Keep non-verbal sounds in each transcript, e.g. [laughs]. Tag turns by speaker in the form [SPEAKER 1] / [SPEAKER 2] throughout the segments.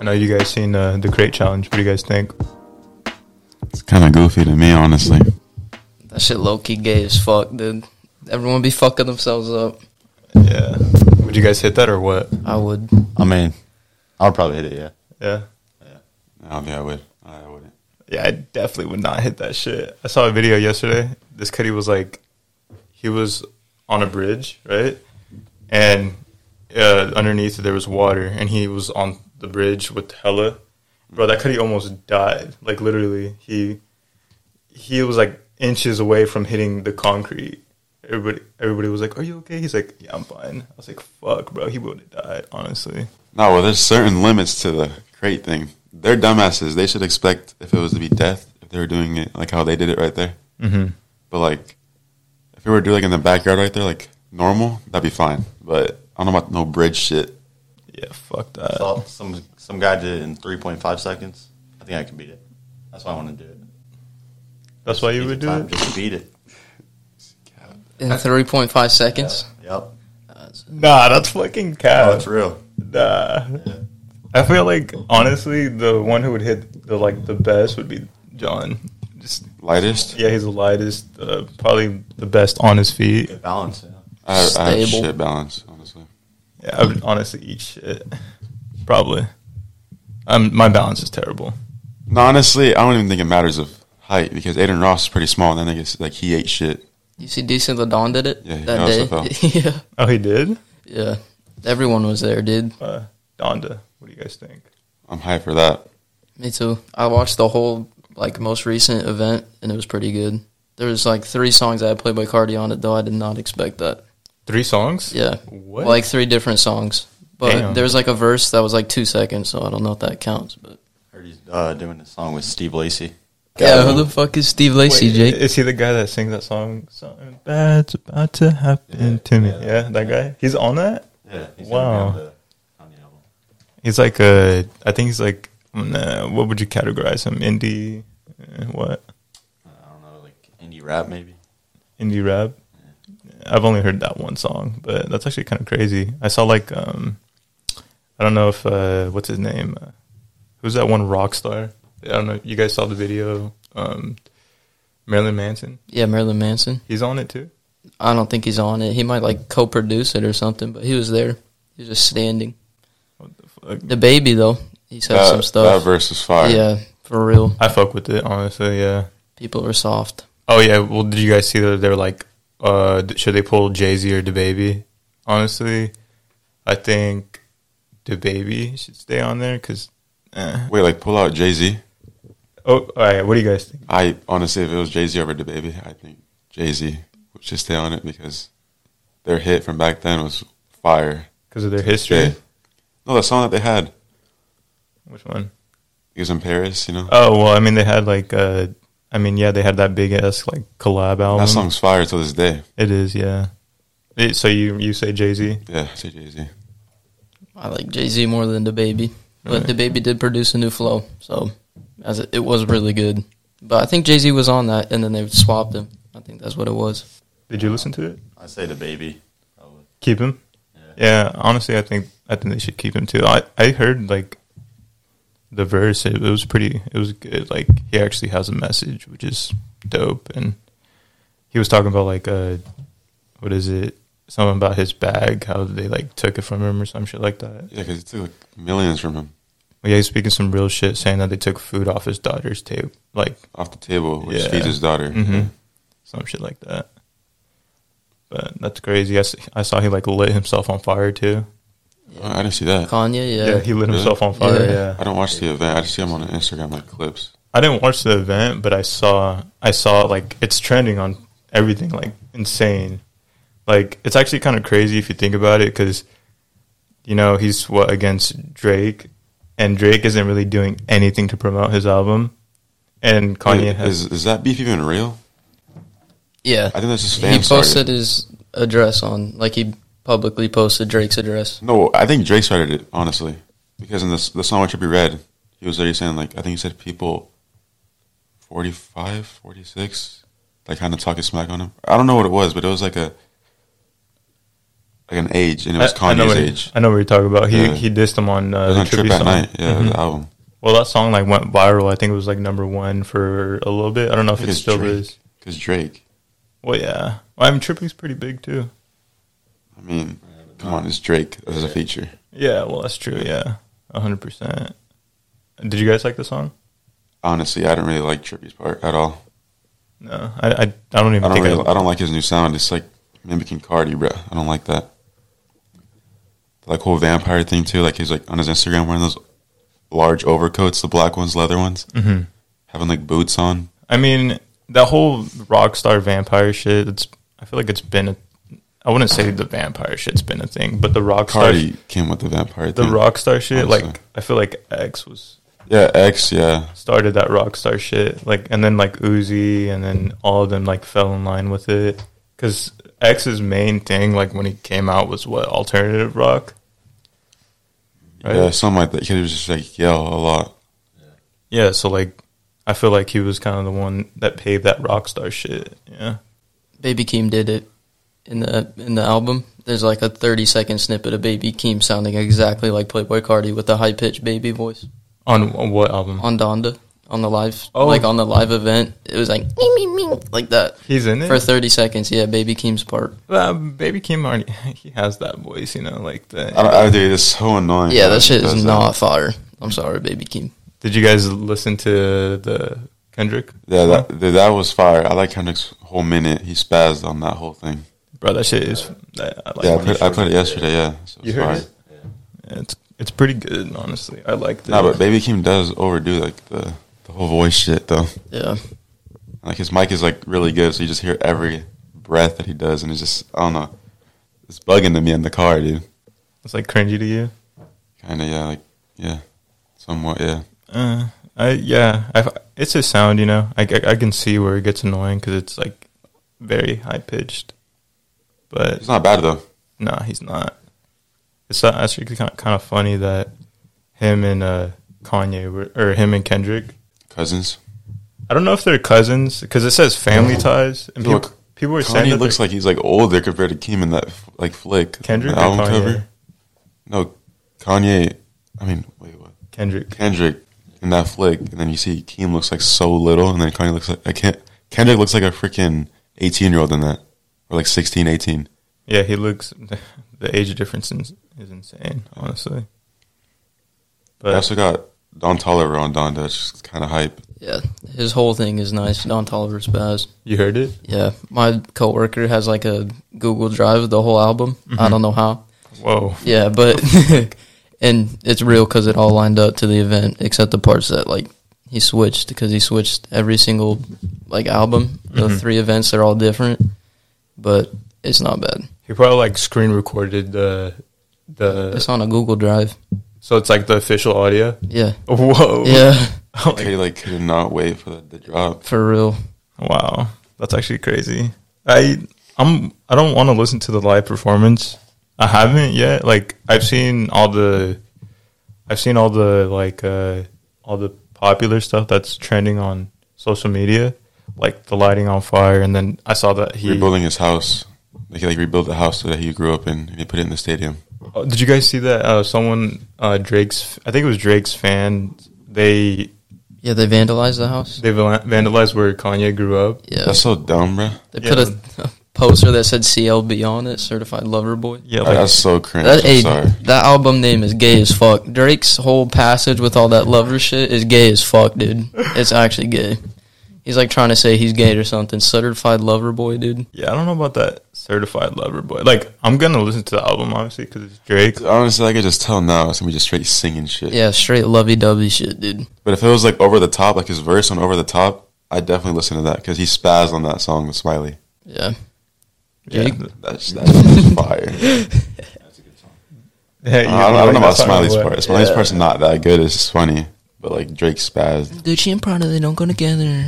[SPEAKER 1] I know you guys seen uh, the crate challenge. What do you guys think?
[SPEAKER 2] It's kind of goofy to me, honestly.
[SPEAKER 3] That shit low key gay as fuck, dude. Everyone be fucking themselves up.
[SPEAKER 1] Yeah. Would you guys hit that or what?
[SPEAKER 3] I would.
[SPEAKER 2] I mean, I would probably hit it. Yeah.
[SPEAKER 1] Yeah.
[SPEAKER 2] I don't think I would. I wouldn't.
[SPEAKER 1] Yeah, I definitely would not hit that shit. I saw a video yesterday. This kid, he was like, he was on a bridge, right? And uh, underneath there was water, and he was on the bridge with hella. Bro, that cutie almost died. Like literally, he he was like inches away from hitting the concrete. Everybody, everybody was like, "Are you okay?" He's like, "Yeah, I'm fine." I was like, "Fuck, bro, he would have died." Honestly,
[SPEAKER 2] No, well, there's certain limits to the crate thing. They're dumbasses. They should expect if it was to be death, if they were doing it like how they did it right there.
[SPEAKER 1] mm-hmm.
[SPEAKER 2] But like, if it were to do like in the backyard right there, like normal, that'd be fine. But I don't know about no bridge shit.
[SPEAKER 1] yeah, fuck that.
[SPEAKER 4] Saw some some guy did it in 3.5 seconds. I think I can beat it. That's why I want to do it.
[SPEAKER 1] That's why you
[SPEAKER 4] Easy
[SPEAKER 1] would do
[SPEAKER 4] time,
[SPEAKER 1] it.
[SPEAKER 4] Just beat it.
[SPEAKER 3] In 3.5 seconds?
[SPEAKER 4] Yep.
[SPEAKER 1] Nah, that's fucking cat.
[SPEAKER 4] Oh, it's real.
[SPEAKER 1] Nah. I feel like honestly, the one who would hit the like the best would be John. Just
[SPEAKER 2] Lightest.
[SPEAKER 1] yeah, he's the lightest, uh, probably the best on his feet.
[SPEAKER 4] Good balance. Yeah.
[SPEAKER 2] I, I have
[SPEAKER 3] Stable.
[SPEAKER 2] shit balance, honestly.
[SPEAKER 1] Yeah, I would honestly eat shit. Probably. Um, my balance is terrible.
[SPEAKER 2] No, honestly, I don't even think it matters of height because Aiden Ross is pretty small. And then I guess like he ate shit.
[SPEAKER 3] You see, Decent LaDon did it
[SPEAKER 2] Yeah, he
[SPEAKER 3] that day.
[SPEAKER 2] also
[SPEAKER 3] [laughs] yeah.
[SPEAKER 1] Oh, he did.
[SPEAKER 3] Yeah. Everyone was there, dude.
[SPEAKER 1] Uh, Donda, what do you guys think?
[SPEAKER 2] I'm hyped for that.
[SPEAKER 3] Me too. I watched the whole, like, most recent event, and it was pretty good. There was, like, three songs I had played by Cardi on it, though. I did not expect that.
[SPEAKER 1] Three songs.
[SPEAKER 3] Yeah.
[SPEAKER 1] What?
[SPEAKER 3] Like, three different songs. But
[SPEAKER 1] Damn.
[SPEAKER 3] there was, like, a verse that was, like, two seconds, so I don't know if that counts. But
[SPEAKER 4] Heard he's uh, doing a song with Steve Lacy.
[SPEAKER 3] Yeah, who the fuck is Steve Lacey,
[SPEAKER 1] Wait,
[SPEAKER 3] Jake?
[SPEAKER 1] Is he the guy that sings that song? Something bad's about to happen to me. Yeah, that guy. He's on that.
[SPEAKER 4] Yeah. He's
[SPEAKER 1] Wow.
[SPEAKER 4] gonna be on the- on the album.
[SPEAKER 1] He's like a. I think he's like. Nah, what would you categorize him? Indie. eh, What?
[SPEAKER 4] Uh, I don't know, like indie rap maybe.
[SPEAKER 1] Indie rap. I've only heard that one song, but that's actually kind of crazy. I saw like um, I don't know if uh, what's his name? Uh, who's that one rock star? I don't know. You guys saw the video. Um, Marilyn Manson.
[SPEAKER 3] Yeah, Marilyn Manson.
[SPEAKER 1] He's on it too.
[SPEAKER 3] I don't think he's on it. He might like co-produce it or something, but he was there. He was just standing.
[SPEAKER 1] What the fuck?
[SPEAKER 3] The baby though, he said
[SPEAKER 2] That,
[SPEAKER 3] some
[SPEAKER 2] that
[SPEAKER 3] stuff.
[SPEAKER 2] verse is fire.
[SPEAKER 3] Yeah, for real.
[SPEAKER 1] I fuck with it honestly. Yeah.
[SPEAKER 3] People are soft.
[SPEAKER 1] Oh yeah. Well, did you guys see that they're like, uh, th- should they pull Jay Z or the baby? Honestly, I think the baby should stay on there because. Eh.
[SPEAKER 2] Wait, like pull out Jay Z.
[SPEAKER 1] Oh, all right. What do you guys think?
[SPEAKER 2] I honestly, if it was Jay Z over the baby, I think Jay Z would just stay on it because their hit from back then was fire.
[SPEAKER 1] Because of their history.
[SPEAKER 2] Yeah. No, the song that they had
[SPEAKER 1] Which one?
[SPEAKER 2] it was in Paris. You know
[SPEAKER 1] Oh well, I mean they had like, uh, I mean yeah, they had that big ass like collab
[SPEAKER 3] Oh,
[SPEAKER 1] album.
[SPEAKER 2] that song's fire to this day.
[SPEAKER 1] It is, yeah. It- so you you say Jay Z?
[SPEAKER 2] Yeah, I say Jay Z.
[SPEAKER 3] I like Jay Z more than the baby, but
[SPEAKER 1] Really?
[SPEAKER 3] the baby did produce a new flow, so as it, it was really good. But I think Jay Z was on that, and then they swapped him. I think that's what it was.
[SPEAKER 1] Did you listen to it?
[SPEAKER 4] I say the baby. Probably.
[SPEAKER 1] Keep him. Yeah. honestly, I think I think they should keep him too. I I heard like the verse. It, it was pretty. It was good. Like he actually has a message, which is dope. And he was talking about like uh, what is it? Something about his bag, how they like took it from him or some shit like that.
[SPEAKER 2] Yeah, because it took like millions from him
[SPEAKER 1] Well, yeah, he's speaking some real shit, saying that they took food off his daughter's table, like
[SPEAKER 2] off the table, which
[SPEAKER 1] Yeah.
[SPEAKER 2] feeds his daughter.
[SPEAKER 3] Mm-hmm.
[SPEAKER 1] Mhm. some shit like that. But that's crazy. I, s- I saw he like lit himself on fire too.
[SPEAKER 2] I I didn't see that.
[SPEAKER 3] Kanye, yeah,
[SPEAKER 1] Yeah, he lit
[SPEAKER 2] Really?
[SPEAKER 1] himself on fire.
[SPEAKER 3] Yeah.
[SPEAKER 1] Yeah.
[SPEAKER 2] I don't watch the event. I just see him on Instagram like clips.
[SPEAKER 1] I didn't watch the event, but I saw I saw like it's trending on everything like insane. Like it's actually kind of crazy if you think about it because you know he's what against Drake, and Drake isn't really doing anything to promote his album, and Kanye
[SPEAKER 2] Wait,
[SPEAKER 1] has
[SPEAKER 2] is is that beef even real?
[SPEAKER 3] yeah.
[SPEAKER 2] I think that's just
[SPEAKER 3] He
[SPEAKER 2] fans. started.
[SPEAKER 3] posted his address on, like he publicly posted Drake's address.
[SPEAKER 2] No, I think Drake started it honestly, because in the the song which we read, he was already saying like I think he said people 45, 46, like kind of talking smack on him. I don't know what it was, but it was like a like an age, and it was
[SPEAKER 1] I know
[SPEAKER 2] Kanye's
[SPEAKER 1] what,
[SPEAKER 2] age.
[SPEAKER 1] I know what you're talking about. He
[SPEAKER 2] Yeah.
[SPEAKER 1] he dissed him on
[SPEAKER 2] It
[SPEAKER 1] uh,
[SPEAKER 2] was
[SPEAKER 1] the
[SPEAKER 2] on Trip
[SPEAKER 1] tribute
[SPEAKER 2] That
[SPEAKER 1] song. Mm-hmm.
[SPEAKER 2] Night, yeah, the album.
[SPEAKER 1] Well, that song like went viral. I think it was like number one for a little bit. I don't know if
[SPEAKER 2] think
[SPEAKER 1] it
[SPEAKER 2] it's
[SPEAKER 1] still
[SPEAKER 2] Drake.
[SPEAKER 1] is.
[SPEAKER 2] Because Drake,
[SPEAKER 1] Well, yeah. Well, I mean, tripping's pretty big too.
[SPEAKER 2] I mean, come on, it's Drake as a feature.
[SPEAKER 1] Yeah. Well, that's true. Yeah, hundred percent. Did you guys like the song?
[SPEAKER 2] Honestly, I don't really like Trippy's part at all.
[SPEAKER 1] No, I I, I don't even
[SPEAKER 2] I don't
[SPEAKER 1] think
[SPEAKER 2] really,
[SPEAKER 1] I,
[SPEAKER 2] I don't like his new sound. It's like mimicking Cardi, bro. I don't like that. Like whole vampire thing too. Like he's like on his Instagram wearing those large overcoats, the black ones, leather ones,
[SPEAKER 1] Mhm.
[SPEAKER 2] having like boots on.
[SPEAKER 1] I mean, that whole rock star vampire shit. It's I feel like it's been a. I wouldn't say the vampire shit's been a thing, but the rock star,
[SPEAKER 2] Cardi came with the vampire
[SPEAKER 1] the
[SPEAKER 2] thing.
[SPEAKER 1] rock star shit. Like
[SPEAKER 2] Honestly.
[SPEAKER 1] I feel like X was
[SPEAKER 2] Yeah, X. Yeah,
[SPEAKER 1] started that rock star shit. Like, and then like Uzi, and then all of them like fell in line with it. Because X's main thing, like when he came out, was what alternative rock. Right?
[SPEAKER 2] yeah, something like that. He was just like yell a lot.
[SPEAKER 1] Yeah, so like, I feel like he was kind of the one that paved that rock star shit. Yeah.
[SPEAKER 3] Baby Keem did it in the in the album. There's like a 30 second snippet of Baby Keem sounding exactly like Playboy Cardi with the high pitched baby voice
[SPEAKER 1] On, on what album?
[SPEAKER 3] on Donda on the live
[SPEAKER 1] Oh.
[SPEAKER 3] like on the live event. It was like "Meow, meow, meow," like that
[SPEAKER 1] He's in it.
[SPEAKER 3] for 30 seconds. Yeah, Baby Keem's part.
[SPEAKER 1] Uh, Baby Kim already. [laughs] He has that voice, you know, like the.
[SPEAKER 2] I, don't- I dude, it's so annoying.
[SPEAKER 3] Yeah,
[SPEAKER 2] bro. uh,
[SPEAKER 3] that shit
[SPEAKER 2] He
[SPEAKER 3] is
[SPEAKER 2] does
[SPEAKER 3] not fire. I'm sorry, Baby Keem.
[SPEAKER 1] Did you guys listen to the Kendrick?
[SPEAKER 2] Yeah, that dude, that was fire. I like Kendrick's whole minute. He spazzed on that whole thing.
[SPEAKER 1] Bro, that shit is. that- I like
[SPEAKER 2] yeah, I
[SPEAKER 1] it.
[SPEAKER 2] played, I played it yesterday. Yeah, so
[SPEAKER 1] You heard it? It's it's pretty good, honestly. I like the.
[SPEAKER 2] No, but Baby Kim does overdo like the the whole voice shit though.
[SPEAKER 3] Yeah,
[SPEAKER 2] Like his mic is like really good, so you just hear every breath that he does, and it's just I don't know, it's bugging to me in the car, dude.
[SPEAKER 1] It's like cringy to you.
[SPEAKER 2] Kind of yeah, like yeah, somewhat yeah.
[SPEAKER 1] Uh, I yeah. i it's his sound, you know. I, I, I can see where it gets annoying because it's like very high pitched. But
[SPEAKER 2] It's not bad though.
[SPEAKER 1] no, he's not. It's not, actually kind of, kind of funny that him and uh, Kanye were, or him and Kendrick.
[SPEAKER 2] Cousins,
[SPEAKER 1] I don't know if they're cousins because it says family ties, and people
[SPEAKER 2] Look,
[SPEAKER 1] people were saying
[SPEAKER 2] Kanye
[SPEAKER 1] that
[SPEAKER 2] looks
[SPEAKER 1] they're-
[SPEAKER 2] like he's like older compared to Kim in that like flick,
[SPEAKER 1] Kendrick
[SPEAKER 2] the
[SPEAKER 1] or Kanye?
[SPEAKER 2] No, Kanye. I mean, wait, what?
[SPEAKER 1] Kendrick.
[SPEAKER 2] Kendrick in that flick, and then you see Keem looks like so little, and then Kanye looks like I can't. Kendrick looks like a freaking eighteen year old in that, or like 16, 18.
[SPEAKER 1] Yeah, he looks. The age difference is, is insane, honestly.
[SPEAKER 2] I
[SPEAKER 1] But
[SPEAKER 2] also got Don Toliver on Don Dutch, kind of hype.
[SPEAKER 3] yeah. His whole thing is nice. Don Toliver's baz.
[SPEAKER 1] you heard it.
[SPEAKER 3] Yeah, my coworker has like a Google Drive of the whole album. I don't know how.
[SPEAKER 1] Whoa.
[SPEAKER 3] Yeah, but [laughs] and it's real because it all lined up to the event, except the parts that like he switched because he switched every single like album. The
[SPEAKER 1] Mhm.
[SPEAKER 3] three events they're all different, but it's not bad.
[SPEAKER 1] He probably like screen recorded the
[SPEAKER 3] It's
[SPEAKER 1] the
[SPEAKER 3] on a Google Drive.
[SPEAKER 1] so it's like the official audio.
[SPEAKER 3] Yeah,
[SPEAKER 1] Whoa.
[SPEAKER 3] yeah, [laughs]
[SPEAKER 1] I'm like,
[SPEAKER 2] Kanye like could not wait for the, the drop.
[SPEAKER 3] for real.
[SPEAKER 1] wow. That's actually crazy. I I'm I don't want to listen to the live performance. I haven't yet. Like I've seen all the I've seen all the like uh all the popular stuff that's trending on social media, like the lighting on fire and then I saw that he
[SPEAKER 2] Rebuilding his house, like he like rebuilt the house that he grew up in, and he put it in the stadium.
[SPEAKER 1] Oh, did you guys see that uh someone uh Drake's I think it was Drake's fan they
[SPEAKER 3] Yeah, they vandalized the house.
[SPEAKER 1] They val- vandalized where Kanye grew up.
[SPEAKER 3] Yeah,
[SPEAKER 2] That's so dumb, bro.
[SPEAKER 3] they
[SPEAKER 1] yeah.
[SPEAKER 3] put a, a poster that said CLB on it, Certified Lover Boy.
[SPEAKER 1] Yeah, like
[SPEAKER 2] That's so cringe.
[SPEAKER 3] That
[SPEAKER 2] I'm
[SPEAKER 3] hey,
[SPEAKER 2] sorry.
[SPEAKER 3] that album name is gay as fuck. Drake's whole passage with all that lover shit is gay as fuck, dude. It's actually gay. He's like trying to say he's gay or something. Certified lover boy, dude.
[SPEAKER 1] yeah, I don't know about that certified lover boy. Like, I'm gonna listen to the album obviously because it's Drake.
[SPEAKER 2] Honestly, I could just tell now it's gonna be just straight singing shit.
[SPEAKER 3] Yeah, straight lovey dovey shit, dude.
[SPEAKER 2] But if it was like over the top, like his verse on over the top, I would definitely listen to that because he spazzed on that song with Smiley.
[SPEAKER 3] Yeah.
[SPEAKER 1] Yeah,
[SPEAKER 3] Drake?
[SPEAKER 2] That's that's fire.
[SPEAKER 1] [laughs]
[SPEAKER 3] [laughs]
[SPEAKER 1] Yeah, you
[SPEAKER 2] I, don't, I don't know about
[SPEAKER 1] that's not
[SPEAKER 2] Smiley's
[SPEAKER 1] what-
[SPEAKER 2] part. Smiley's
[SPEAKER 3] Yeah.
[SPEAKER 2] part's not that good. It's just funny. But like Drake spazzed.
[SPEAKER 3] Gucci and Prada, they don't go together.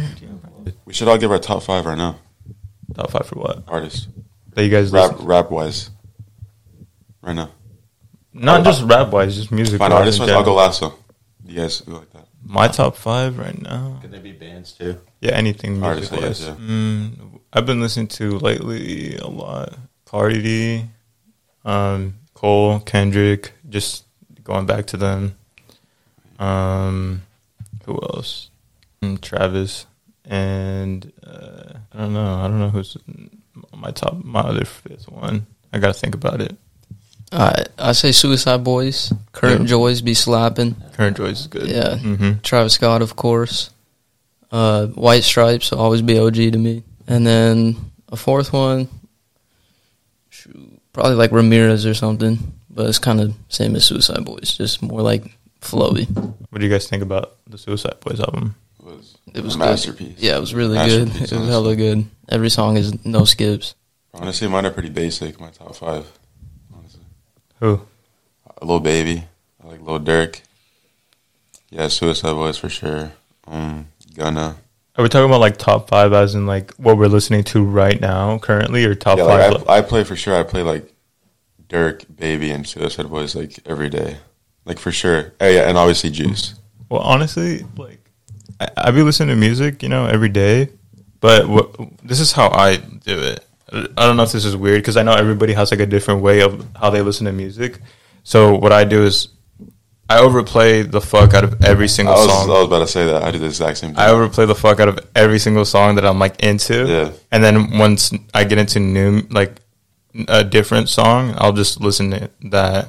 [SPEAKER 2] We should all give our top five right now.
[SPEAKER 1] Top five for what?
[SPEAKER 2] Artists,
[SPEAKER 1] That you guys
[SPEAKER 2] rap
[SPEAKER 1] listen?
[SPEAKER 2] rap wise, right now.
[SPEAKER 1] Not just rap wise, just music.
[SPEAKER 2] Fine,
[SPEAKER 1] wise
[SPEAKER 2] artist
[SPEAKER 1] in
[SPEAKER 2] wise, I'll go
[SPEAKER 1] general.
[SPEAKER 2] last though. You guys go like that.
[SPEAKER 1] My top five right now.
[SPEAKER 4] Could they be bands too?
[SPEAKER 1] Yeah, anything music
[SPEAKER 2] Artist, I guess.
[SPEAKER 1] wise.
[SPEAKER 2] Yeah.
[SPEAKER 1] Mm, I've been listening to lately a lot. Cardi, D, um, Cole, Kendrick, just going back to them. Um, who else? Mm, Travis and uh, I don't know. I don't know who's my top. My other fifth one. I gotta think about it.
[SPEAKER 3] I I say Suicide Boys. Current
[SPEAKER 1] Yeah.
[SPEAKER 3] Joys be slapping.
[SPEAKER 1] Current Joyce is good.
[SPEAKER 3] Yeah.
[SPEAKER 1] hmm
[SPEAKER 3] Travis Scott, of course. Uh, White Stripes will always be OG to me. And then a fourth one, shoot, probably like Ramirez or something, but it's kind of same as Suicide Boys, just more like flowy.
[SPEAKER 1] What do you guys think about the Suicide Boys album?
[SPEAKER 2] was
[SPEAKER 3] It was
[SPEAKER 2] a
[SPEAKER 3] good.
[SPEAKER 2] masterpiece.
[SPEAKER 3] Yeah, it was really good. It
[SPEAKER 2] Masterpiece,
[SPEAKER 3] was hella good. Every song is no skips.
[SPEAKER 2] Honestly, mine are pretty basic. My top five. Honestly,
[SPEAKER 1] Who?
[SPEAKER 2] a little baby. I like Lil Durk. Yeah, Suicide Boys for sure. Um, Gunna.
[SPEAKER 1] Are we talking about like top five as in like what we're listening to right now currently or top
[SPEAKER 2] yeah,
[SPEAKER 1] five?
[SPEAKER 2] like I, I play for sure. I play like Dirk, Baby, and Suicide Boys like every day, like for sure. Oh yeah, and obviously Juice.
[SPEAKER 1] Well, honestly, like I, I be listening to music, you know, every day. But what, this is how I do it. I don't know if this is weird because I know everybody has like a different way of how they listen to music. So what I do is I overplay the fuck out of every
[SPEAKER 2] I
[SPEAKER 1] single
[SPEAKER 2] was, I
[SPEAKER 1] song.
[SPEAKER 2] was about to say that. I do the exact same thing.
[SPEAKER 1] I overplay the fuck out of every single song that I'm like into.
[SPEAKER 2] Yeah.
[SPEAKER 1] And then once I get into new like a different song, I'll just listen to that.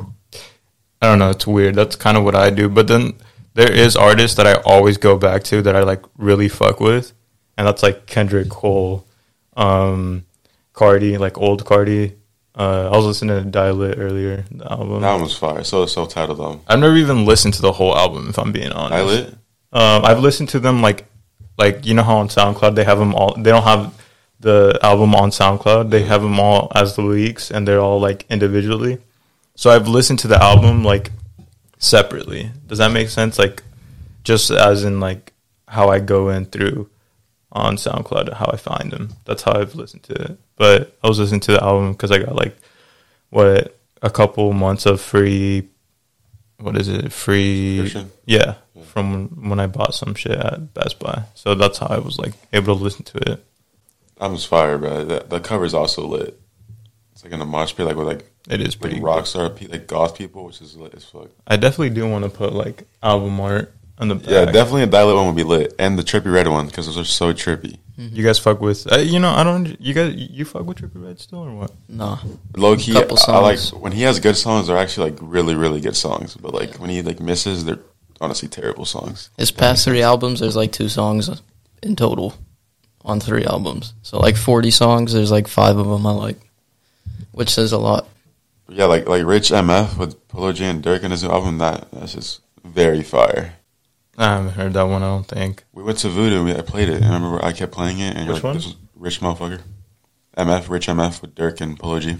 [SPEAKER 1] I don't know, it's weird. That's kind of what I do. But then there is artists that I always go back to that I like really fuck with. And that's like Kendrick Cole, um Cardi, like old Cardi. Uh, I was listening to Dial It earlier, the album.
[SPEAKER 2] that one was fire. So so titled though.
[SPEAKER 1] I've never even listened to the whole album if I'm being honest.
[SPEAKER 2] I lit.
[SPEAKER 1] Um, I've listened to them like, like you know how on SoundCloud they have them all. They don't have the album on SoundCloud. They have them all as the leaks, and they're all like individually. So I've listened to the album like separately. Does that make sense? Like, just as in like how I go in through on SoundCloud, how I find them. That's how I've listened to it. But I was listening to the album because I got like what a couple months of free. What is it? Free.
[SPEAKER 2] Subscription?
[SPEAKER 1] Yeah, from when I bought some shit at Best Buy. So that's how I was like able to listen to it.
[SPEAKER 2] That was fire, bro. That the cover's also lit. It's like in a mosh pit, like with like
[SPEAKER 1] It is pretty.
[SPEAKER 2] like rock star, pe- like goth people, which is lit as fuck.
[SPEAKER 1] I definitely do want to put like album art on the back.
[SPEAKER 2] Yeah, definitely a dial one would be lit, and the trippy red one because those are so trippy.
[SPEAKER 1] You guys fuck with. Uh, you know, I don't. You guys, you fuck with Trippie Red still or what?
[SPEAKER 3] Nah.
[SPEAKER 2] Low key,
[SPEAKER 3] Couple
[SPEAKER 2] I, I like
[SPEAKER 3] songs.
[SPEAKER 2] when he has good songs. They're actually like really, really good songs. But like when he like misses, they're honestly terrible songs.
[SPEAKER 3] His past three albums, there's like two songs in total on three albums. So like 40 songs, there's like five of them I like, which says a lot.
[SPEAKER 2] But yeah, like like Rich MF with Polo G and Dirk and his new album. That that's just very fire.
[SPEAKER 1] I haven't heard that one. I don't think.
[SPEAKER 2] We went to Voodoo. We, I played it. And I remember I kept playing it. And you're
[SPEAKER 1] Which
[SPEAKER 2] like,
[SPEAKER 1] one?
[SPEAKER 2] This is Rich motherfucker. MF, Rich MF with Dirk and Polo G.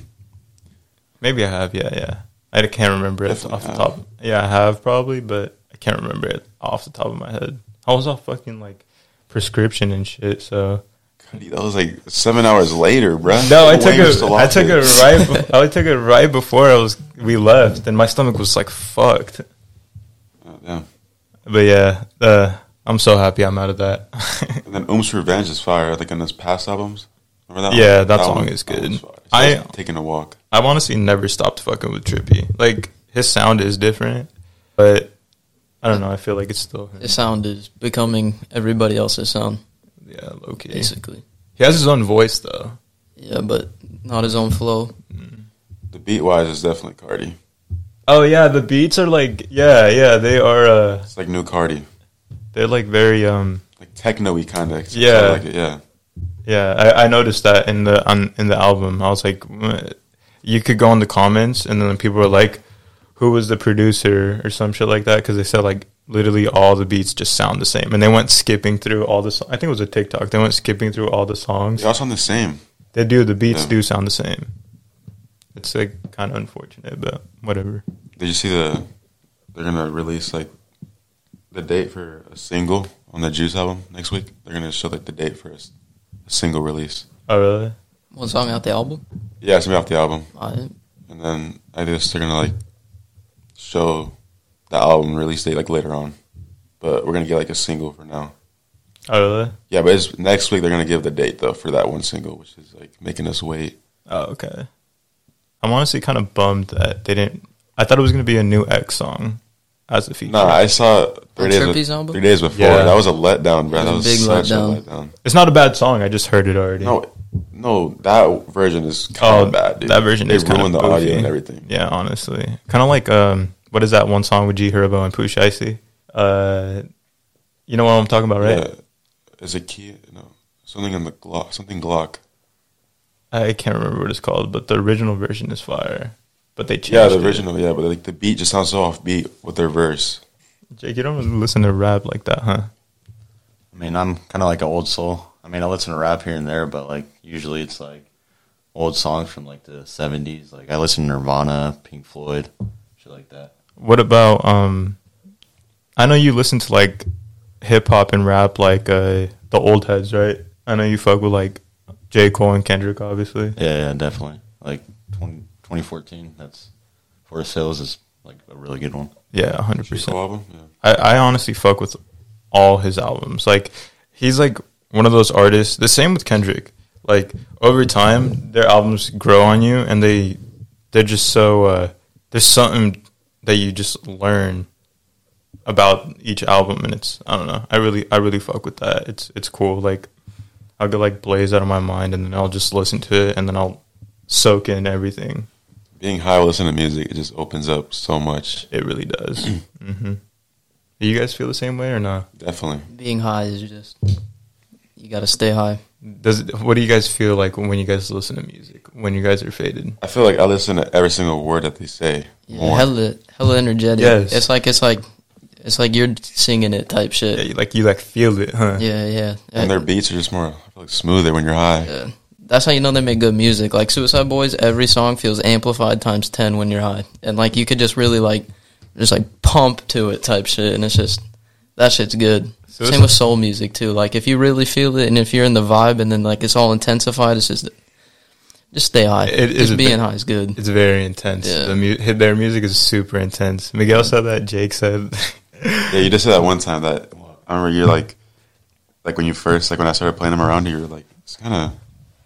[SPEAKER 1] Maybe I have. Yeah, yeah. I can't remember it
[SPEAKER 2] Definitely
[SPEAKER 1] off the
[SPEAKER 2] have.
[SPEAKER 1] top. Yeah, I have probably, but I can't remember it off the top of my head. I was off fucking like prescription and shit. So
[SPEAKER 2] Cuddy, that was like seven hours later, bruh.
[SPEAKER 1] no, I
[SPEAKER 2] Wayne
[SPEAKER 1] took
[SPEAKER 2] was
[SPEAKER 1] it.
[SPEAKER 2] still
[SPEAKER 1] I
[SPEAKER 2] off
[SPEAKER 1] took
[SPEAKER 2] it.
[SPEAKER 1] it right.
[SPEAKER 2] [laughs]
[SPEAKER 1] bef- I took it right before I was we left, and my stomach was like fucked.
[SPEAKER 2] Oh, damn.
[SPEAKER 1] But yeah, uh, I'm so happy I'm out of that. [laughs]
[SPEAKER 2] And then Oomp's Revenge is fire. Like on his past albums. Remember that?
[SPEAKER 1] Yeah,
[SPEAKER 2] one?
[SPEAKER 1] that song is good.
[SPEAKER 2] one's fire. So
[SPEAKER 1] I-
[SPEAKER 2] it's taking a walk.
[SPEAKER 1] I've honestly never stopped fucking with Trippy. Like his sound is different, but I don't know. I feel like it's still him.
[SPEAKER 3] His sound is becoming everybody else's sound,
[SPEAKER 1] yeah, low key.
[SPEAKER 3] basically.
[SPEAKER 1] He has his own voice though.
[SPEAKER 3] Yeah, but not his own flow.
[SPEAKER 2] The beat wise is definitely Cardi.
[SPEAKER 1] Oh yeah, the beats are like yeah, yeah. They are uh,
[SPEAKER 2] It's like new Cardi,
[SPEAKER 1] they're like very um
[SPEAKER 2] like techno-y kind of.
[SPEAKER 1] Yeah.
[SPEAKER 2] like it. yeah.
[SPEAKER 1] yeah. I, I noticed that in the on in the album. I was like, "Wha-" you could go in the comments and then people were like, who was the producer or some shit like that because they said like literally all the beats just sound the same and they went skipping through all the. So- I think it was a TikTok. They went skipping through all the songs.
[SPEAKER 2] They all sound the same.
[SPEAKER 1] They do. The beats
[SPEAKER 2] Yeah.
[SPEAKER 1] do sound the same. It's like kind of unfortunate, but whatever.
[SPEAKER 2] Did you see the? They're gonna release like the date for a single on the Juice album next week. They're gonna show like the date for a, s- a single release.
[SPEAKER 1] Oh really?
[SPEAKER 3] One song out the album.
[SPEAKER 2] Yeah, it's gonna be off the album,
[SPEAKER 3] I,
[SPEAKER 2] and then I guess they're gonna like show the album release date like later on. But we're gonna get like a single for now.
[SPEAKER 1] Oh really?
[SPEAKER 2] Yeah, but it's next week. They're gonna give the date though for that one single, which is like making us wait.
[SPEAKER 1] Oh okay. I'm honestly kind of bummed that they didn't. I thought it was going to be a new X song as a feature.
[SPEAKER 2] Nah, I saw it three
[SPEAKER 3] On
[SPEAKER 2] days,
[SPEAKER 3] Trippy's
[SPEAKER 2] be-
[SPEAKER 3] album?
[SPEAKER 2] three days before.
[SPEAKER 1] Yeah.
[SPEAKER 2] That was a letdown, bro.
[SPEAKER 3] It
[SPEAKER 2] That was
[SPEAKER 3] was a big
[SPEAKER 2] such
[SPEAKER 3] letdown.
[SPEAKER 2] a letdown.
[SPEAKER 1] it's not a bad song. I just heard it already.
[SPEAKER 2] No, no, that version is kind
[SPEAKER 1] Oh,
[SPEAKER 2] of bad, dude.
[SPEAKER 1] that version
[SPEAKER 2] they
[SPEAKER 1] is kinda
[SPEAKER 2] ruined the
[SPEAKER 1] goofy.
[SPEAKER 2] audio and everything.
[SPEAKER 1] Yeah, honestly, kind of like um, what is that one song with G Herbo and Pooh Shiesty? Uh, you know what I'm talking about, right?
[SPEAKER 2] Yeah. Is it key? No, something in the Glock. Something Glock.
[SPEAKER 1] I can't remember what it's called, but the original version is fire. But they changed.
[SPEAKER 2] Yeah, the
[SPEAKER 1] it.
[SPEAKER 2] original. Yeah, but like the beat just sounds so offbeat with their verse.
[SPEAKER 1] Jake, you don't listen to rap like that, huh?
[SPEAKER 4] I mean, I'm kind of like an old soul. I mean, I listen to rap here and there, but like usually it's like old songs from like the '70s. Like I listen to Nirvana, Pink Floyd, shit like that.
[SPEAKER 1] What about um? I know you listen to like hip hop and rap, like uh, the old heads, right? I know you fuck with like J Cole and Kendrick, obviously.
[SPEAKER 4] Yeah, yeah, definitely. Like 20, 2014. That's Forest Hills is like a really good one.
[SPEAKER 1] Yeah, hundred
[SPEAKER 2] His
[SPEAKER 1] percent.
[SPEAKER 2] album. Yeah.
[SPEAKER 1] I, I honestly fuck with all his albums. Like he's like one of those artists. The same with Kendrick. Like over time, their albums grow on you, and they they're just so uh, there's something that you just learn about each album, and it's I don't know. I really I really fuck with that. It's it's cool. Like I'll go like blaze out of my mind, and then I'll just listen to it, and then I'll soak in everything.
[SPEAKER 2] Being high while listening to music, it just opens up so much.
[SPEAKER 1] It really does. hmm Do you guys feel the same way or not?
[SPEAKER 2] Definitely.
[SPEAKER 3] Being high is just you got to stay high.
[SPEAKER 1] Does it, what do you guys feel like when you guys listen to music? When you guys are faded?
[SPEAKER 2] I feel like I listen to every single word that they say.
[SPEAKER 3] Yeah,
[SPEAKER 2] more.
[SPEAKER 3] hella, hella energetic.
[SPEAKER 1] Yes.
[SPEAKER 3] It's like it's like it's like you're singing it type
[SPEAKER 1] Yeah,
[SPEAKER 3] shit.
[SPEAKER 1] you- like you like feel it, huh?
[SPEAKER 3] Yeah, yeah.
[SPEAKER 2] and their beats are just more I feel like smoother when you're high.
[SPEAKER 3] Yeah. That's how you know they make good music. Like Suicide Boys, every song feels amplified times ten when you're high, and like you could just really like just like pump to it type shit, and it's just that shit's good.
[SPEAKER 1] Suicide-
[SPEAKER 3] Same with soul music too. Like if you really feel it, and if you're in the vibe, and then like it's all intensified, it's just just stay high.
[SPEAKER 1] It is
[SPEAKER 3] just
[SPEAKER 1] a
[SPEAKER 3] being
[SPEAKER 1] bit-
[SPEAKER 3] high is good.
[SPEAKER 1] It's very intense.
[SPEAKER 3] Yeah.
[SPEAKER 1] The mu- their music is super intense. Miguel said that. Jake said, [laughs]
[SPEAKER 2] Yeah, you just said that one time that I remember you're like, like when you first like when I started playing them around you, you're like it's kind of,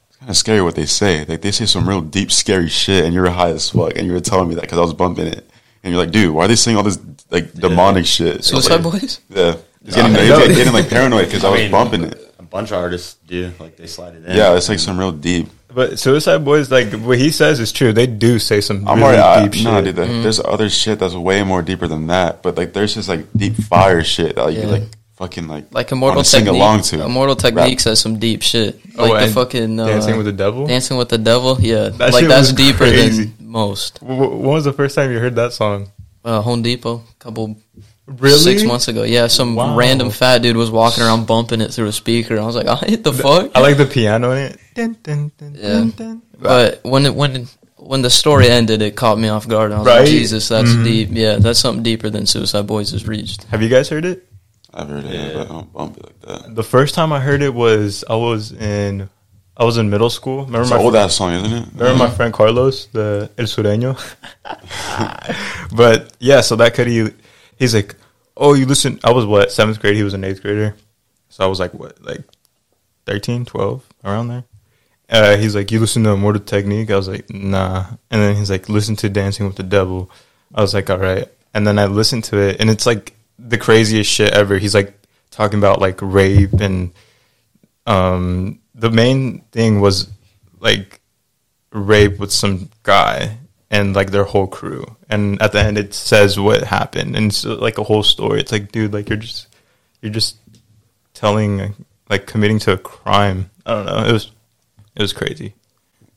[SPEAKER 2] it's kind of scary what they say. Like they say some real deep scary shit, and you're high as fuck, and you were telling me that because I was bumping it, and you're like, dude, why are they saying all this like demonic shit?
[SPEAKER 3] Suicide
[SPEAKER 2] Like,
[SPEAKER 3] Boys.
[SPEAKER 2] Yeah, it's getting,
[SPEAKER 1] I
[SPEAKER 2] it's
[SPEAKER 1] know.
[SPEAKER 2] getting, getting, like paranoid because I, was
[SPEAKER 4] mean,
[SPEAKER 2] bumping it.
[SPEAKER 4] A bunch of artists do like they slide it in.
[SPEAKER 2] Yeah, it's like some real deep.
[SPEAKER 1] but Suicide Boys, like what he says is true. They do say some
[SPEAKER 2] I'm
[SPEAKER 1] really
[SPEAKER 2] already
[SPEAKER 1] deep
[SPEAKER 2] I, nah,
[SPEAKER 1] shit.
[SPEAKER 2] dude. That, There's other shit that's way more deeper than that, but like there's just like deep fire shit that like, you
[SPEAKER 3] Yeah.
[SPEAKER 2] like fucking like
[SPEAKER 3] Like Immortal
[SPEAKER 2] wanna sing
[SPEAKER 3] Technique.
[SPEAKER 2] along to
[SPEAKER 3] Immortal
[SPEAKER 2] Rap.
[SPEAKER 3] Technique says some deep shit.
[SPEAKER 1] Oh,
[SPEAKER 3] Like the
[SPEAKER 1] and
[SPEAKER 3] fucking uh,
[SPEAKER 1] Dancing with the Devil.
[SPEAKER 3] Dancing with the Devil. Yeah,
[SPEAKER 1] That
[SPEAKER 3] like
[SPEAKER 1] shit
[SPEAKER 3] that's
[SPEAKER 1] was
[SPEAKER 3] deeper
[SPEAKER 1] crazy.
[SPEAKER 3] than most.
[SPEAKER 1] W- w- when was the first time you heard that song?
[SPEAKER 3] Uh, Home Depot, couple
[SPEAKER 1] Really?
[SPEAKER 3] six months ago. Yeah, some
[SPEAKER 1] Wow.
[SPEAKER 3] random fat dude was walking around bumping it through a speaker. I was like, I hit the fuck.
[SPEAKER 1] I like the piano in it. Dun, dun, dun,
[SPEAKER 3] Yeah.
[SPEAKER 1] dun, dun.
[SPEAKER 3] but when it, when when the story ended, it caught me off guard. I was
[SPEAKER 1] Right?
[SPEAKER 3] like, Jesus, that's
[SPEAKER 1] Mhm.
[SPEAKER 3] deep. Yeah, that's something deeper than Suicide Boys has reached.
[SPEAKER 1] Have you guys heard it?
[SPEAKER 2] I've heard it,
[SPEAKER 4] Yeah.
[SPEAKER 2] but I don't bump it like that.
[SPEAKER 1] The first time I heard it was I was in I was in middle school. Remember
[SPEAKER 2] It's
[SPEAKER 1] my
[SPEAKER 2] an old ass song, isn't it?
[SPEAKER 1] Remember my friend Carlos, the El Sureño? [laughs] but yeah, so that could he, he's like, oh, you listen. I was what, seventh grade? He was an eighth grader. So I was like, what, like 13, 12, around there? Uh, he's like, you listen to Immortal Technique? I was like, nah. And then he's like, listen to Dancing with the Devil. I was like, all right. And then I listened to it, and it's like the craziest shit ever. He's like talking about like rape and um, the main thing was like rape with some guy and like their whole crew. And at the end, it says what happened, and it's like a whole story. It's like, dude, like you're just you're just telling like committing to a crime. I don't know. It was it was crazy.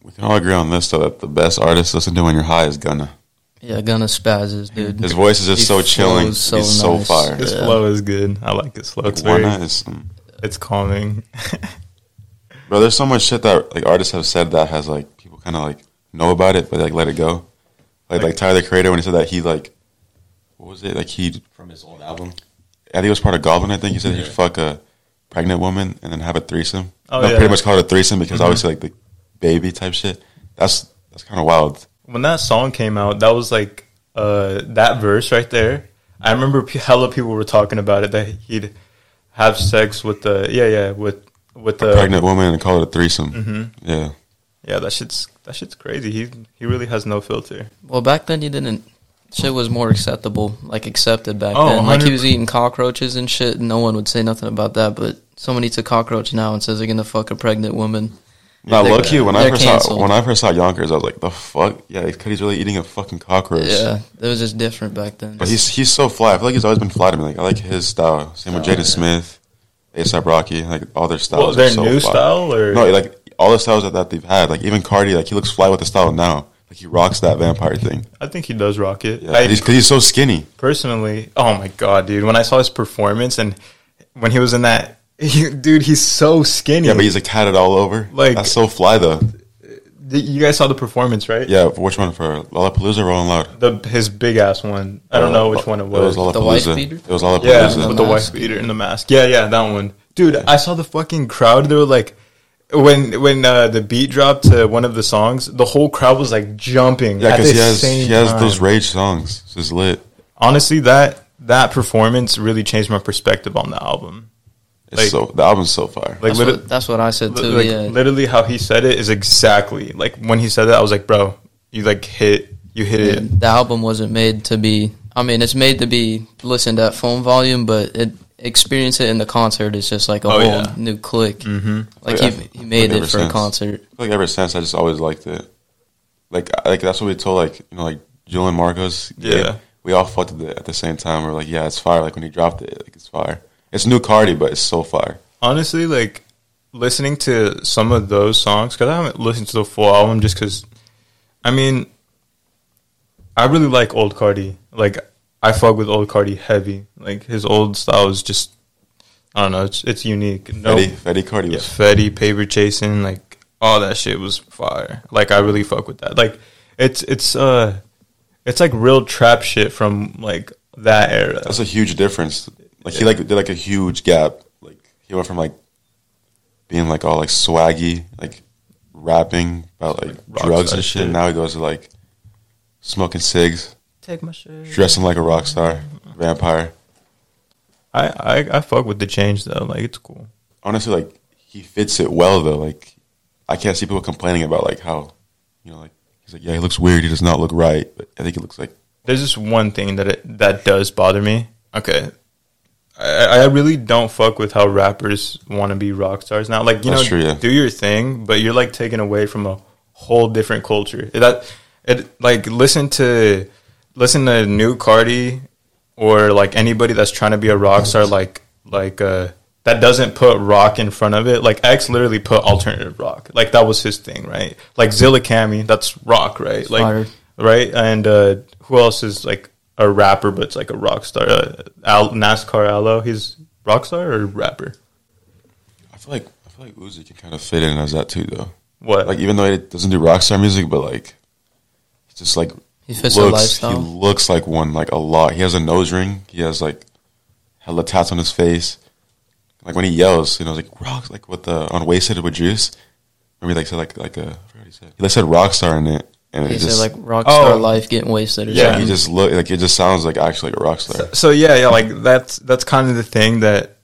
[SPEAKER 2] We can all agree on this though that the best artist to listen to when you're high is Gunna.
[SPEAKER 3] Yeah, Gunna spazzes, dude.
[SPEAKER 2] His voice is just
[SPEAKER 3] He
[SPEAKER 2] so chilling.
[SPEAKER 3] flows so
[SPEAKER 2] He's so
[SPEAKER 3] nice.
[SPEAKER 2] fire.
[SPEAKER 1] His
[SPEAKER 3] Yeah.
[SPEAKER 1] flow is good. I like his flow.
[SPEAKER 2] Like,
[SPEAKER 1] It's very
[SPEAKER 2] Gunna is- mm.
[SPEAKER 1] it's calming. [laughs]
[SPEAKER 2] bro. There's so much shit that like artists have said that has like people kind of like know about it, but like let it go. Like like Tyler the Creator when he said that he like what was it like he
[SPEAKER 4] from his old album.
[SPEAKER 2] I think it was part of Goblin. I think he said he'd
[SPEAKER 4] Yeah.
[SPEAKER 2] fuck a pregnant woman and then have a threesome.
[SPEAKER 1] Oh,
[SPEAKER 2] no,
[SPEAKER 1] yeah. Mm-hmm.
[SPEAKER 2] pretty much called it a threesome because obviously like the baby type shit. That's that's kind of wild.
[SPEAKER 1] when that song came out, that was like uh, that verse right there. I remember p- hella people were talking about it that he'd have sex with the Mm-hmm. yeah yeah with with the
[SPEAKER 2] Pregnant woman and call it a threesome. Yeah,
[SPEAKER 1] Yeah, that shit's that shit's crazy. He he really has no filter.
[SPEAKER 3] Well, back then you didn't. Shit was more acceptable, like accepted back
[SPEAKER 1] Oh,
[SPEAKER 3] then. Like
[SPEAKER 1] 100
[SPEAKER 3] he was eating cockroaches and shit, and no one would say nothing about that. But someone eats a cockroach now and says they're gonna fuck a pregnant woman.
[SPEAKER 2] Now,
[SPEAKER 3] They're-
[SPEAKER 2] look you. When I
[SPEAKER 3] they're
[SPEAKER 2] first
[SPEAKER 3] canceled.
[SPEAKER 2] saw when I first saw Yonkers, I was like, "The fuck? Yeah, Cody's really eating a fucking cockroach."
[SPEAKER 3] Yeah, it was just different back then.
[SPEAKER 2] But he's he's so fly. I feel like he's always been fly to me. Like I like his style. Same with Jaden Smith, ASAP Rocky. Like all their styles.
[SPEAKER 1] Well,
[SPEAKER 2] are
[SPEAKER 1] their
[SPEAKER 2] so
[SPEAKER 1] new
[SPEAKER 2] fly.
[SPEAKER 1] style or
[SPEAKER 2] No, like all the styles that, that they've had. Like even Cardi. Like he looks fly with the style now. Like he rocks that vampire thing.
[SPEAKER 1] I think he does rock it.
[SPEAKER 2] Yeah,
[SPEAKER 1] I
[SPEAKER 2] because he's so skinny.
[SPEAKER 1] personally, oh my god, dude! When I saw his performance and when he was in that, [laughs] dude, he's so skinny.
[SPEAKER 2] Yeah, but he's like tatted all over.
[SPEAKER 1] Like-
[SPEAKER 2] that's so fly though.
[SPEAKER 1] you guys saw the performance, right?
[SPEAKER 2] Yeah, for which one for Lollapalooza or Rolling Loud?
[SPEAKER 1] The his big ass one. I don't know which one it was.
[SPEAKER 2] Uh, It was
[SPEAKER 3] The wife
[SPEAKER 2] Lollapalooza.
[SPEAKER 3] beater?
[SPEAKER 2] It was
[SPEAKER 1] Yeah,
[SPEAKER 2] Lollapalooza.
[SPEAKER 1] with the
[SPEAKER 3] The
[SPEAKER 1] wife
[SPEAKER 3] mask.
[SPEAKER 1] beater and the mask. Yeah, yeah, that one. Dude, I saw the fucking crowd. They were like, when when uh, the beat dropped to one of the songs, the whole crowd was like jumping.
[SPEAKER 2] Yeah,
[SPEAKER 1] at
[SPEAKER 2] because
[SPEAKER 1] the
[SPEAKER 2] he has
[SPEAKER 1] same
[SPEAKER 2] he has
[SPEAKER 1] time.
[SPEAKER 2] those rage songs. It's just lit.
[SPEAKER 1] Honestly, that that performance really changed my perspective on the album.
[SPEAKER 2] It's
[SPEAKER 1] Like-
[SPEAKER 2] so the album's so fire.
[SPEAKER 1] Like,
[SPEAKER 3] that's,
[SPEAKER 1] liter-
[SPEAKER 3] what, that's what I said too.
[SPEAKER 1] like
[SPEAKER 3] yeah,
[SPEAKER 1] literally how he said it is exactly like when he said that. I was like, bro, you like hit, you hit it.
[SPEAKER 3] the album wasn't made to be. I mean, it's made to be listened at phone volume, but it experience it in the concert is just like a
[SPEAKER 1] Oh,
[SPEAKER 3] whole
[SPEAKER 1] yeah.
[SPEAKER 3] new click.
[SPEAKER 1] Mhm.
[SPEAKER 3] Like
[SPEAKER 2] Yeah.
[SPEAKER 3] he, he made
[SPEAKER 2] Like
[SPEAKER 3] it for a
[SPEAKER 2] ever
[SPEAKER 3] concert.
[SPEAKER 2] I feel like ever since I just always liked it. Like I- like that's what we told like you know like Julian Marcos.
[SPEAKER 1] Yeah.
[SPEAKER 2] we all fucked with it at the same time. We are like, yeah, it's fire. Like when he dropped it, like it's fire. It's new Cardi, but it's so fire.
[SPEAKER 1] honestly like listening to some of those songs because i haven't listened to the full album just because i mean i really like old cardi like i fuck with old cardi heavy like his old style is just i don't know it's, it's unique no
[SPEAKER 2] Fetty, Fetty Cardi
[SPEAKER 1] yeah,
[SPEAKER 2] was
[SPEAKER 1] fetty paper chasing like all that shit was fire like i really fuck with that like it's it's uh it's like real trap shit from like that era
[SPEAKER 2] that's a huge difference. Like he like did like a huge gap. Like he went from like being like all like swaggy, like rapping about like,
[SPEAKER 1] Like,
[SPEAKER 2] drugs
[SPEAKER 1] rockstar
[SPEAKER 2] and shit.
[SPEAKER 1] shit.
[SPEAKER 2] Now he goes to like smoking cigs,
[SPEAKER 1] take my shit
[SPEAKER 2] dressing like a rock star, vampire.
[SPEAKER 1] I, I i fuck with the change though like it's cool
[SPEAKER 2] honestly, like he fits it well though. Like I can't see people complaining about like how you know like he's like yeah he looks weird. He does not look right, but I think it looks like
[SPEAKER 1] there's this one thing that it, that does bother me. Okay, I, I really don't fuck with how rappers want to be rock stars now. Like you
[SPEAKER 2] That's
[SPEAKER 1] know,
[SPEAKER 2] true, yeah.
[SPEAKER 1] do your thing, but you're like taken away from a whole different culture. That it like listen to listen to new Cardi or like anybody that's trying to be a rock star, like like uh that doesn't put rock in front of it. Like X literally put alternative rock. Like that was his thing, right? Like Zilla Cami, that's rock, right? Like
[SPEAKER 3] Fired.
[SPEAKER 1] right? And uh, who else is like a rapper but it's like a rock star? Uh, Al- NASCAR Aloe, he's rock star or rapper?
[SPEAKER 2] I feel like I feel like Uzi can kind of fit in as that too though.
[SPEAKER 1] What?
[SPEAKER 2] Like even though he doesn't do rock star music, but like he just like
[SPEAKER 3] He fits the
[SPEAKER 2] looks he
[SPEAKER 3] lifestyle.
[SPEAKER 2] looks like one like a lot. He has a nose ring. He has like hella tats on his face. Like when he yells, you know, like rocks like with the on wasted with juice. Remember, he, like said like like a I forgot what he said. He like said rock star in it, and
[SPEAKER 3] He
[SPEAKER 2] it just
[SPEAKER 3] said like rock star
[SPEAKER 1] Oh.
[SPEAKER 3] life getting wasted or
[SPEAKER 1] Yeah.
[SPEAKER 2] Like,
[SPEAKER 3] something.
[SPEAKER 2] he just look like it just sounds like actually like a rock star.
[SPEAKER 1] so yeah, yeah, like that's that's kind of the thing that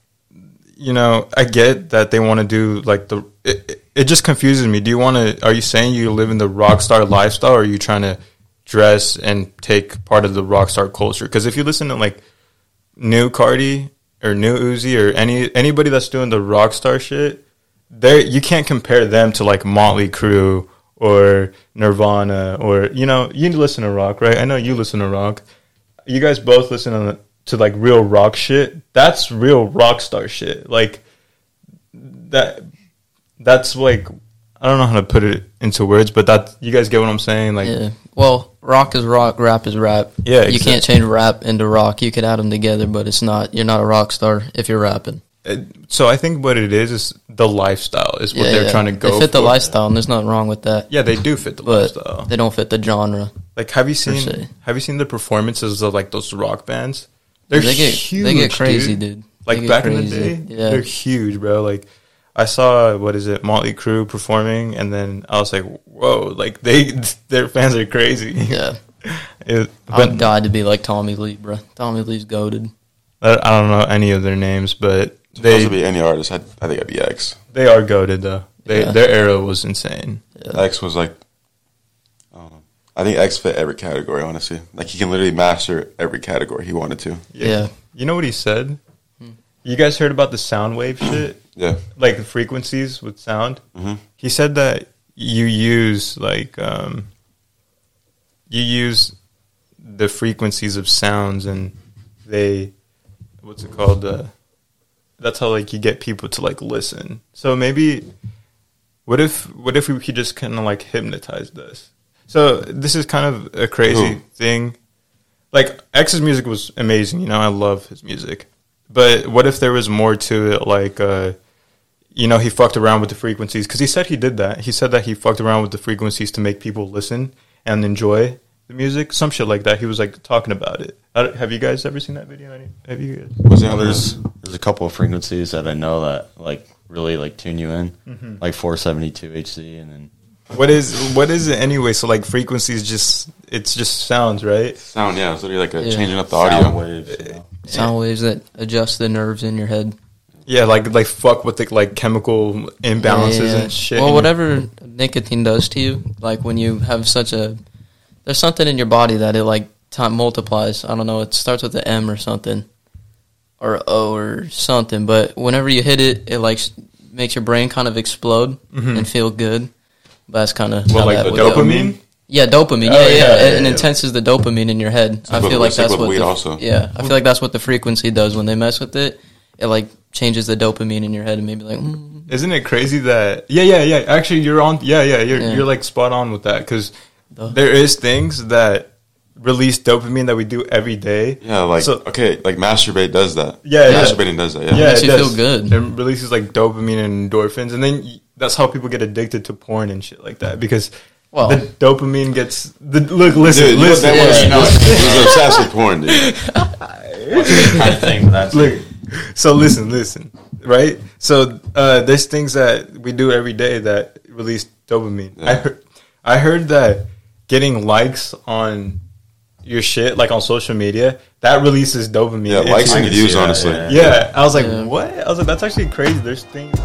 [SPEAKER 1] you know. I get that they want to do like the. It, it, it just confuses me. Do you want to? Are you saying you live in the rock star lifestyle, or are you trying to dress and take part of the rock star culture? Because if you listen to like new Cardi or new Uzi or any anybody that's doing the rock star shit, there you can't compare them to like Motley Crue or Nirvana or you know you listen to rock, right? I know you listen to rock. You guys both listen to, to like real rock shit. That's real rock star shit. Like that. That's like I don't know how to put it into words, but that you guys get what I'm saying. Like
[SPEAKER 3] Yeah. Well, rock is rock, rap is rap.
[SPEAKER 1] Yeah,
[SPEAKER 3] You
[SPEAKER 1] exact-
[SPEAKER 3] can't change rap into rock. You could add them together, but it's not. You're not a rock star if you're rapping.
[SPEAKER 1] so, I think what it is is the lifestyle is what
[SPEAKER 3] yeah,
[SPEAKER 1] they're
[SPEAKER 3] yeah.
[SPEAKER 1] trying to go.
[SPEAKER 3] They fit the
[SPEAKER 1] for.
[SPEAKER 3] lifestyle, and there's nothing wrong with that.
[SPEAKER 1] Yeah, they do fit the
[SPEAKER 3] But
[SPEAKER 1] lifestyle.
[SPEAKER 3] they don't fit the genre.
[SPEAKER 1] Like, have you seen
[SPEAKER 3] se.
[SPEAKER 1] have you seen the performances of like those rock bands? They're
[SPEAKER 3] they get
[SPEAKER 1] huge.
[SPEAKER 3] they get crazy, dude. They
[SPEAKER 1] Like
[SPEAKER 3] get
[SPEAKER 1] back
[SPEAKER 3] crazy.
[SPEAKER 1] in the day,
[SPEAKER 3] Yeah.
[SPEAKER 1] they're huge, bro. Like I saw what is it, Motley Crue performing, and then I was like, whoa, like they [laughs] their fans are crazy.
[SPEAKER 3] Yeah.
[SPEAKER 1] [laughs]
[SPEAKER 3] Um,
[SPEAKER 1] It-
[SPEAKER 3] I would
[SPEAKER 1] but
[SPEAKER 3] die to be like Tommy Lee, bro. Tommy Lee's goaded.
[SPEAKER 1] I uh, I don't know any of their names, but
[SPEAKER 2] They,
[SPEAKER 1] they
[SPEAKER 2] to be any artist, I, I think I'd be X.
[SPEAKER 1] they are goaded though. They,
[SPEAKER 3] Yeah.
[SPEAKER 1] Their era was insane.
[SPEAKER 3] Yeah.
[SPEAKER 2] X was like, um, I think X fit every category. Honestly, like he can literally master every category he wanted to.
[SPEAKER 3] Yeah. Hmm.
[SPEAKER 1] You know what he said? You guys heard about the sound wave shit,
[SPEAKER 2] Yeah,
[SPEAKER 1] like the frequencies with sound.
[SPEAKER 2] Mhm.
[SPEAKER 1] He said that you use like um, you use the frequencies of sounds, and they what's it called? Uh, that's how like you get people to like listen. So maybe what if what if we, he just kind of like hypnotized us? So this is kind of a crazy
[SPEAKER 2] Who?
[SPEAKER 1] thing. Like X's music was amazing, you know. I love his music, but what if there was more to it? Like, uh, you know, he fucked around with the frequencies because he said he did that. He said that he fucked around with the frequencies to make people listen and enjoy the music, some shit like that. He was like talking about it. I don't- have you guys ever seen that video? Any- Have you guys?
[SPEAKER 2] was it
[SPEAKER 4] Well,
[SPEAKER 2] on
[SPEAKER 4] there's
[SPEAKER 2] the
[SPEAKER 4] there's a couple of frequencies that I know that like really like tune you in, like 472 HZ, and then
[SPEAKER 1] What is what is it anyway? So like frequencies, just it's just sounds, right?
[SPEAKER 2] sound? Yeah, it's literally like a
[SPEAKER 3] Yeah.
[SPEAKER 2] changing up the
[SPEAKER 4] sound
[SPEAKER 2] audio.
[SPEAKER 4] waves. you know.
[SPEAKER 3] Sound waves that adjust the nerves in your head.
[SPEAKER 1] Yeah, like like fuck with the like chemical imbalances
[SPEAKER 3] Yeah.
[SPEAKER 1] and shit.
[SPEAKER 3] Well,
[SPEAKER 1] And-
[SPEAKER 3] whatever nicotine does to you, like when you have such a, there's something in your body that it like time multiplies. I don't know. It starts with an M or something, or O or something. But whenever you hit it, it like s- makes your brain kind of explode
[SPEAKER 1] Mhm.
[SPEAKER 3] and feel good. But that's kind of
[SPEAKER 1] Well, like the dopamine.
[SPEAKER 3] Yeah, dopamine.
[SPEAKER 1] Oh, yeah,
[SPEAKER 3] yeah, yeah, It,
[SPEAKER 1] yeah,
[SPEAKER 3] it
[SPEAKER 1] yeah.
[SPEAKER 3] intenses the dopamine in your head. I
[SPEAKER 2] what-
[SPEAKER 3] feel like
[SPEAKER 2] it's like
[SPEAKER 3] that's
[SPEAKER 2] with
[SPEAKER 3] what.
[SPEAKER 2] weed
[SPEAKER 3] the,
[SPEAKER 2] also.
[SPEAKER 3] Yeah, I feel like that's what the frequency does when they mess with it. It like changes the dopamine in your head and maybe like. Mm,
[SPEAKER 1] Isn't it crazy that? Yeah, yeah, yeah. Actually, you're on. Yeah, yeah. You're
[SPEAKER 3] Yeah.
[SPEAKER 1] you're like spot on with that because
[SPEAKER 3] Duh.
[SPEAKER 1] there is things that release dopamine that we do every day.
[SPEAKER 2] Yeah, like
[SPEAKER 1] So-
[SPEAKER 2] okay, like masturbate does that.
[SPEAKER 1] Yeah, yeah.
[SPEAKER 2] masturbating does that. Yeah,
[SPEAKER 1] Yeah,
[SPEAKER 3] Makes
[SPEAKER 1] it
[SPEAKER 3] you
[SPEAKER 1] does.
[SPEAKER 3] feel good.
[SPEAKER 1] It releases like dopamine and endorphins, and then y- that's how people get addicted to porn and shit like that because
[SPEAKER 3] Well-
[SPEAKER 1] the dopamine gets the look. Listen,
[SPEAKER 2] Dude, you know what
[SPEAKER 1] listen.
[SPEAKER 2] that was?
[SPEAKER 1] [laughs]
[SPEAKER 3] Yeah.
[SPEAKER 2] No, he was obsessed with porn, dude.
[SPEAKER 4] kind of thing. But that's
[SPEAKER 1] Look, so listen, listen, right? So uh, there's things that we do every day that release dopamine. I
[SPEAKER 2] Yeah.
[SPEAKER 1] heard, I heard that getting likes on your shit, like on social media, that releases dopamine.
[SPEAKER 2] Yeah,
[SPEAKER 1] If
[SPEAKER 2] likes
[SPEAKER 1] you-
[SPEAKER 2] and views,
[SPEAKER 4] that,
[SPEAKER 2] honestly.
[SPEAKER 4] yeah.
[SPEAKER 1] Yeah, I was like,
[SPEAKER 3] Yeah.
[SPEAKER 1] what? I was like, that's actually crazy. There's things.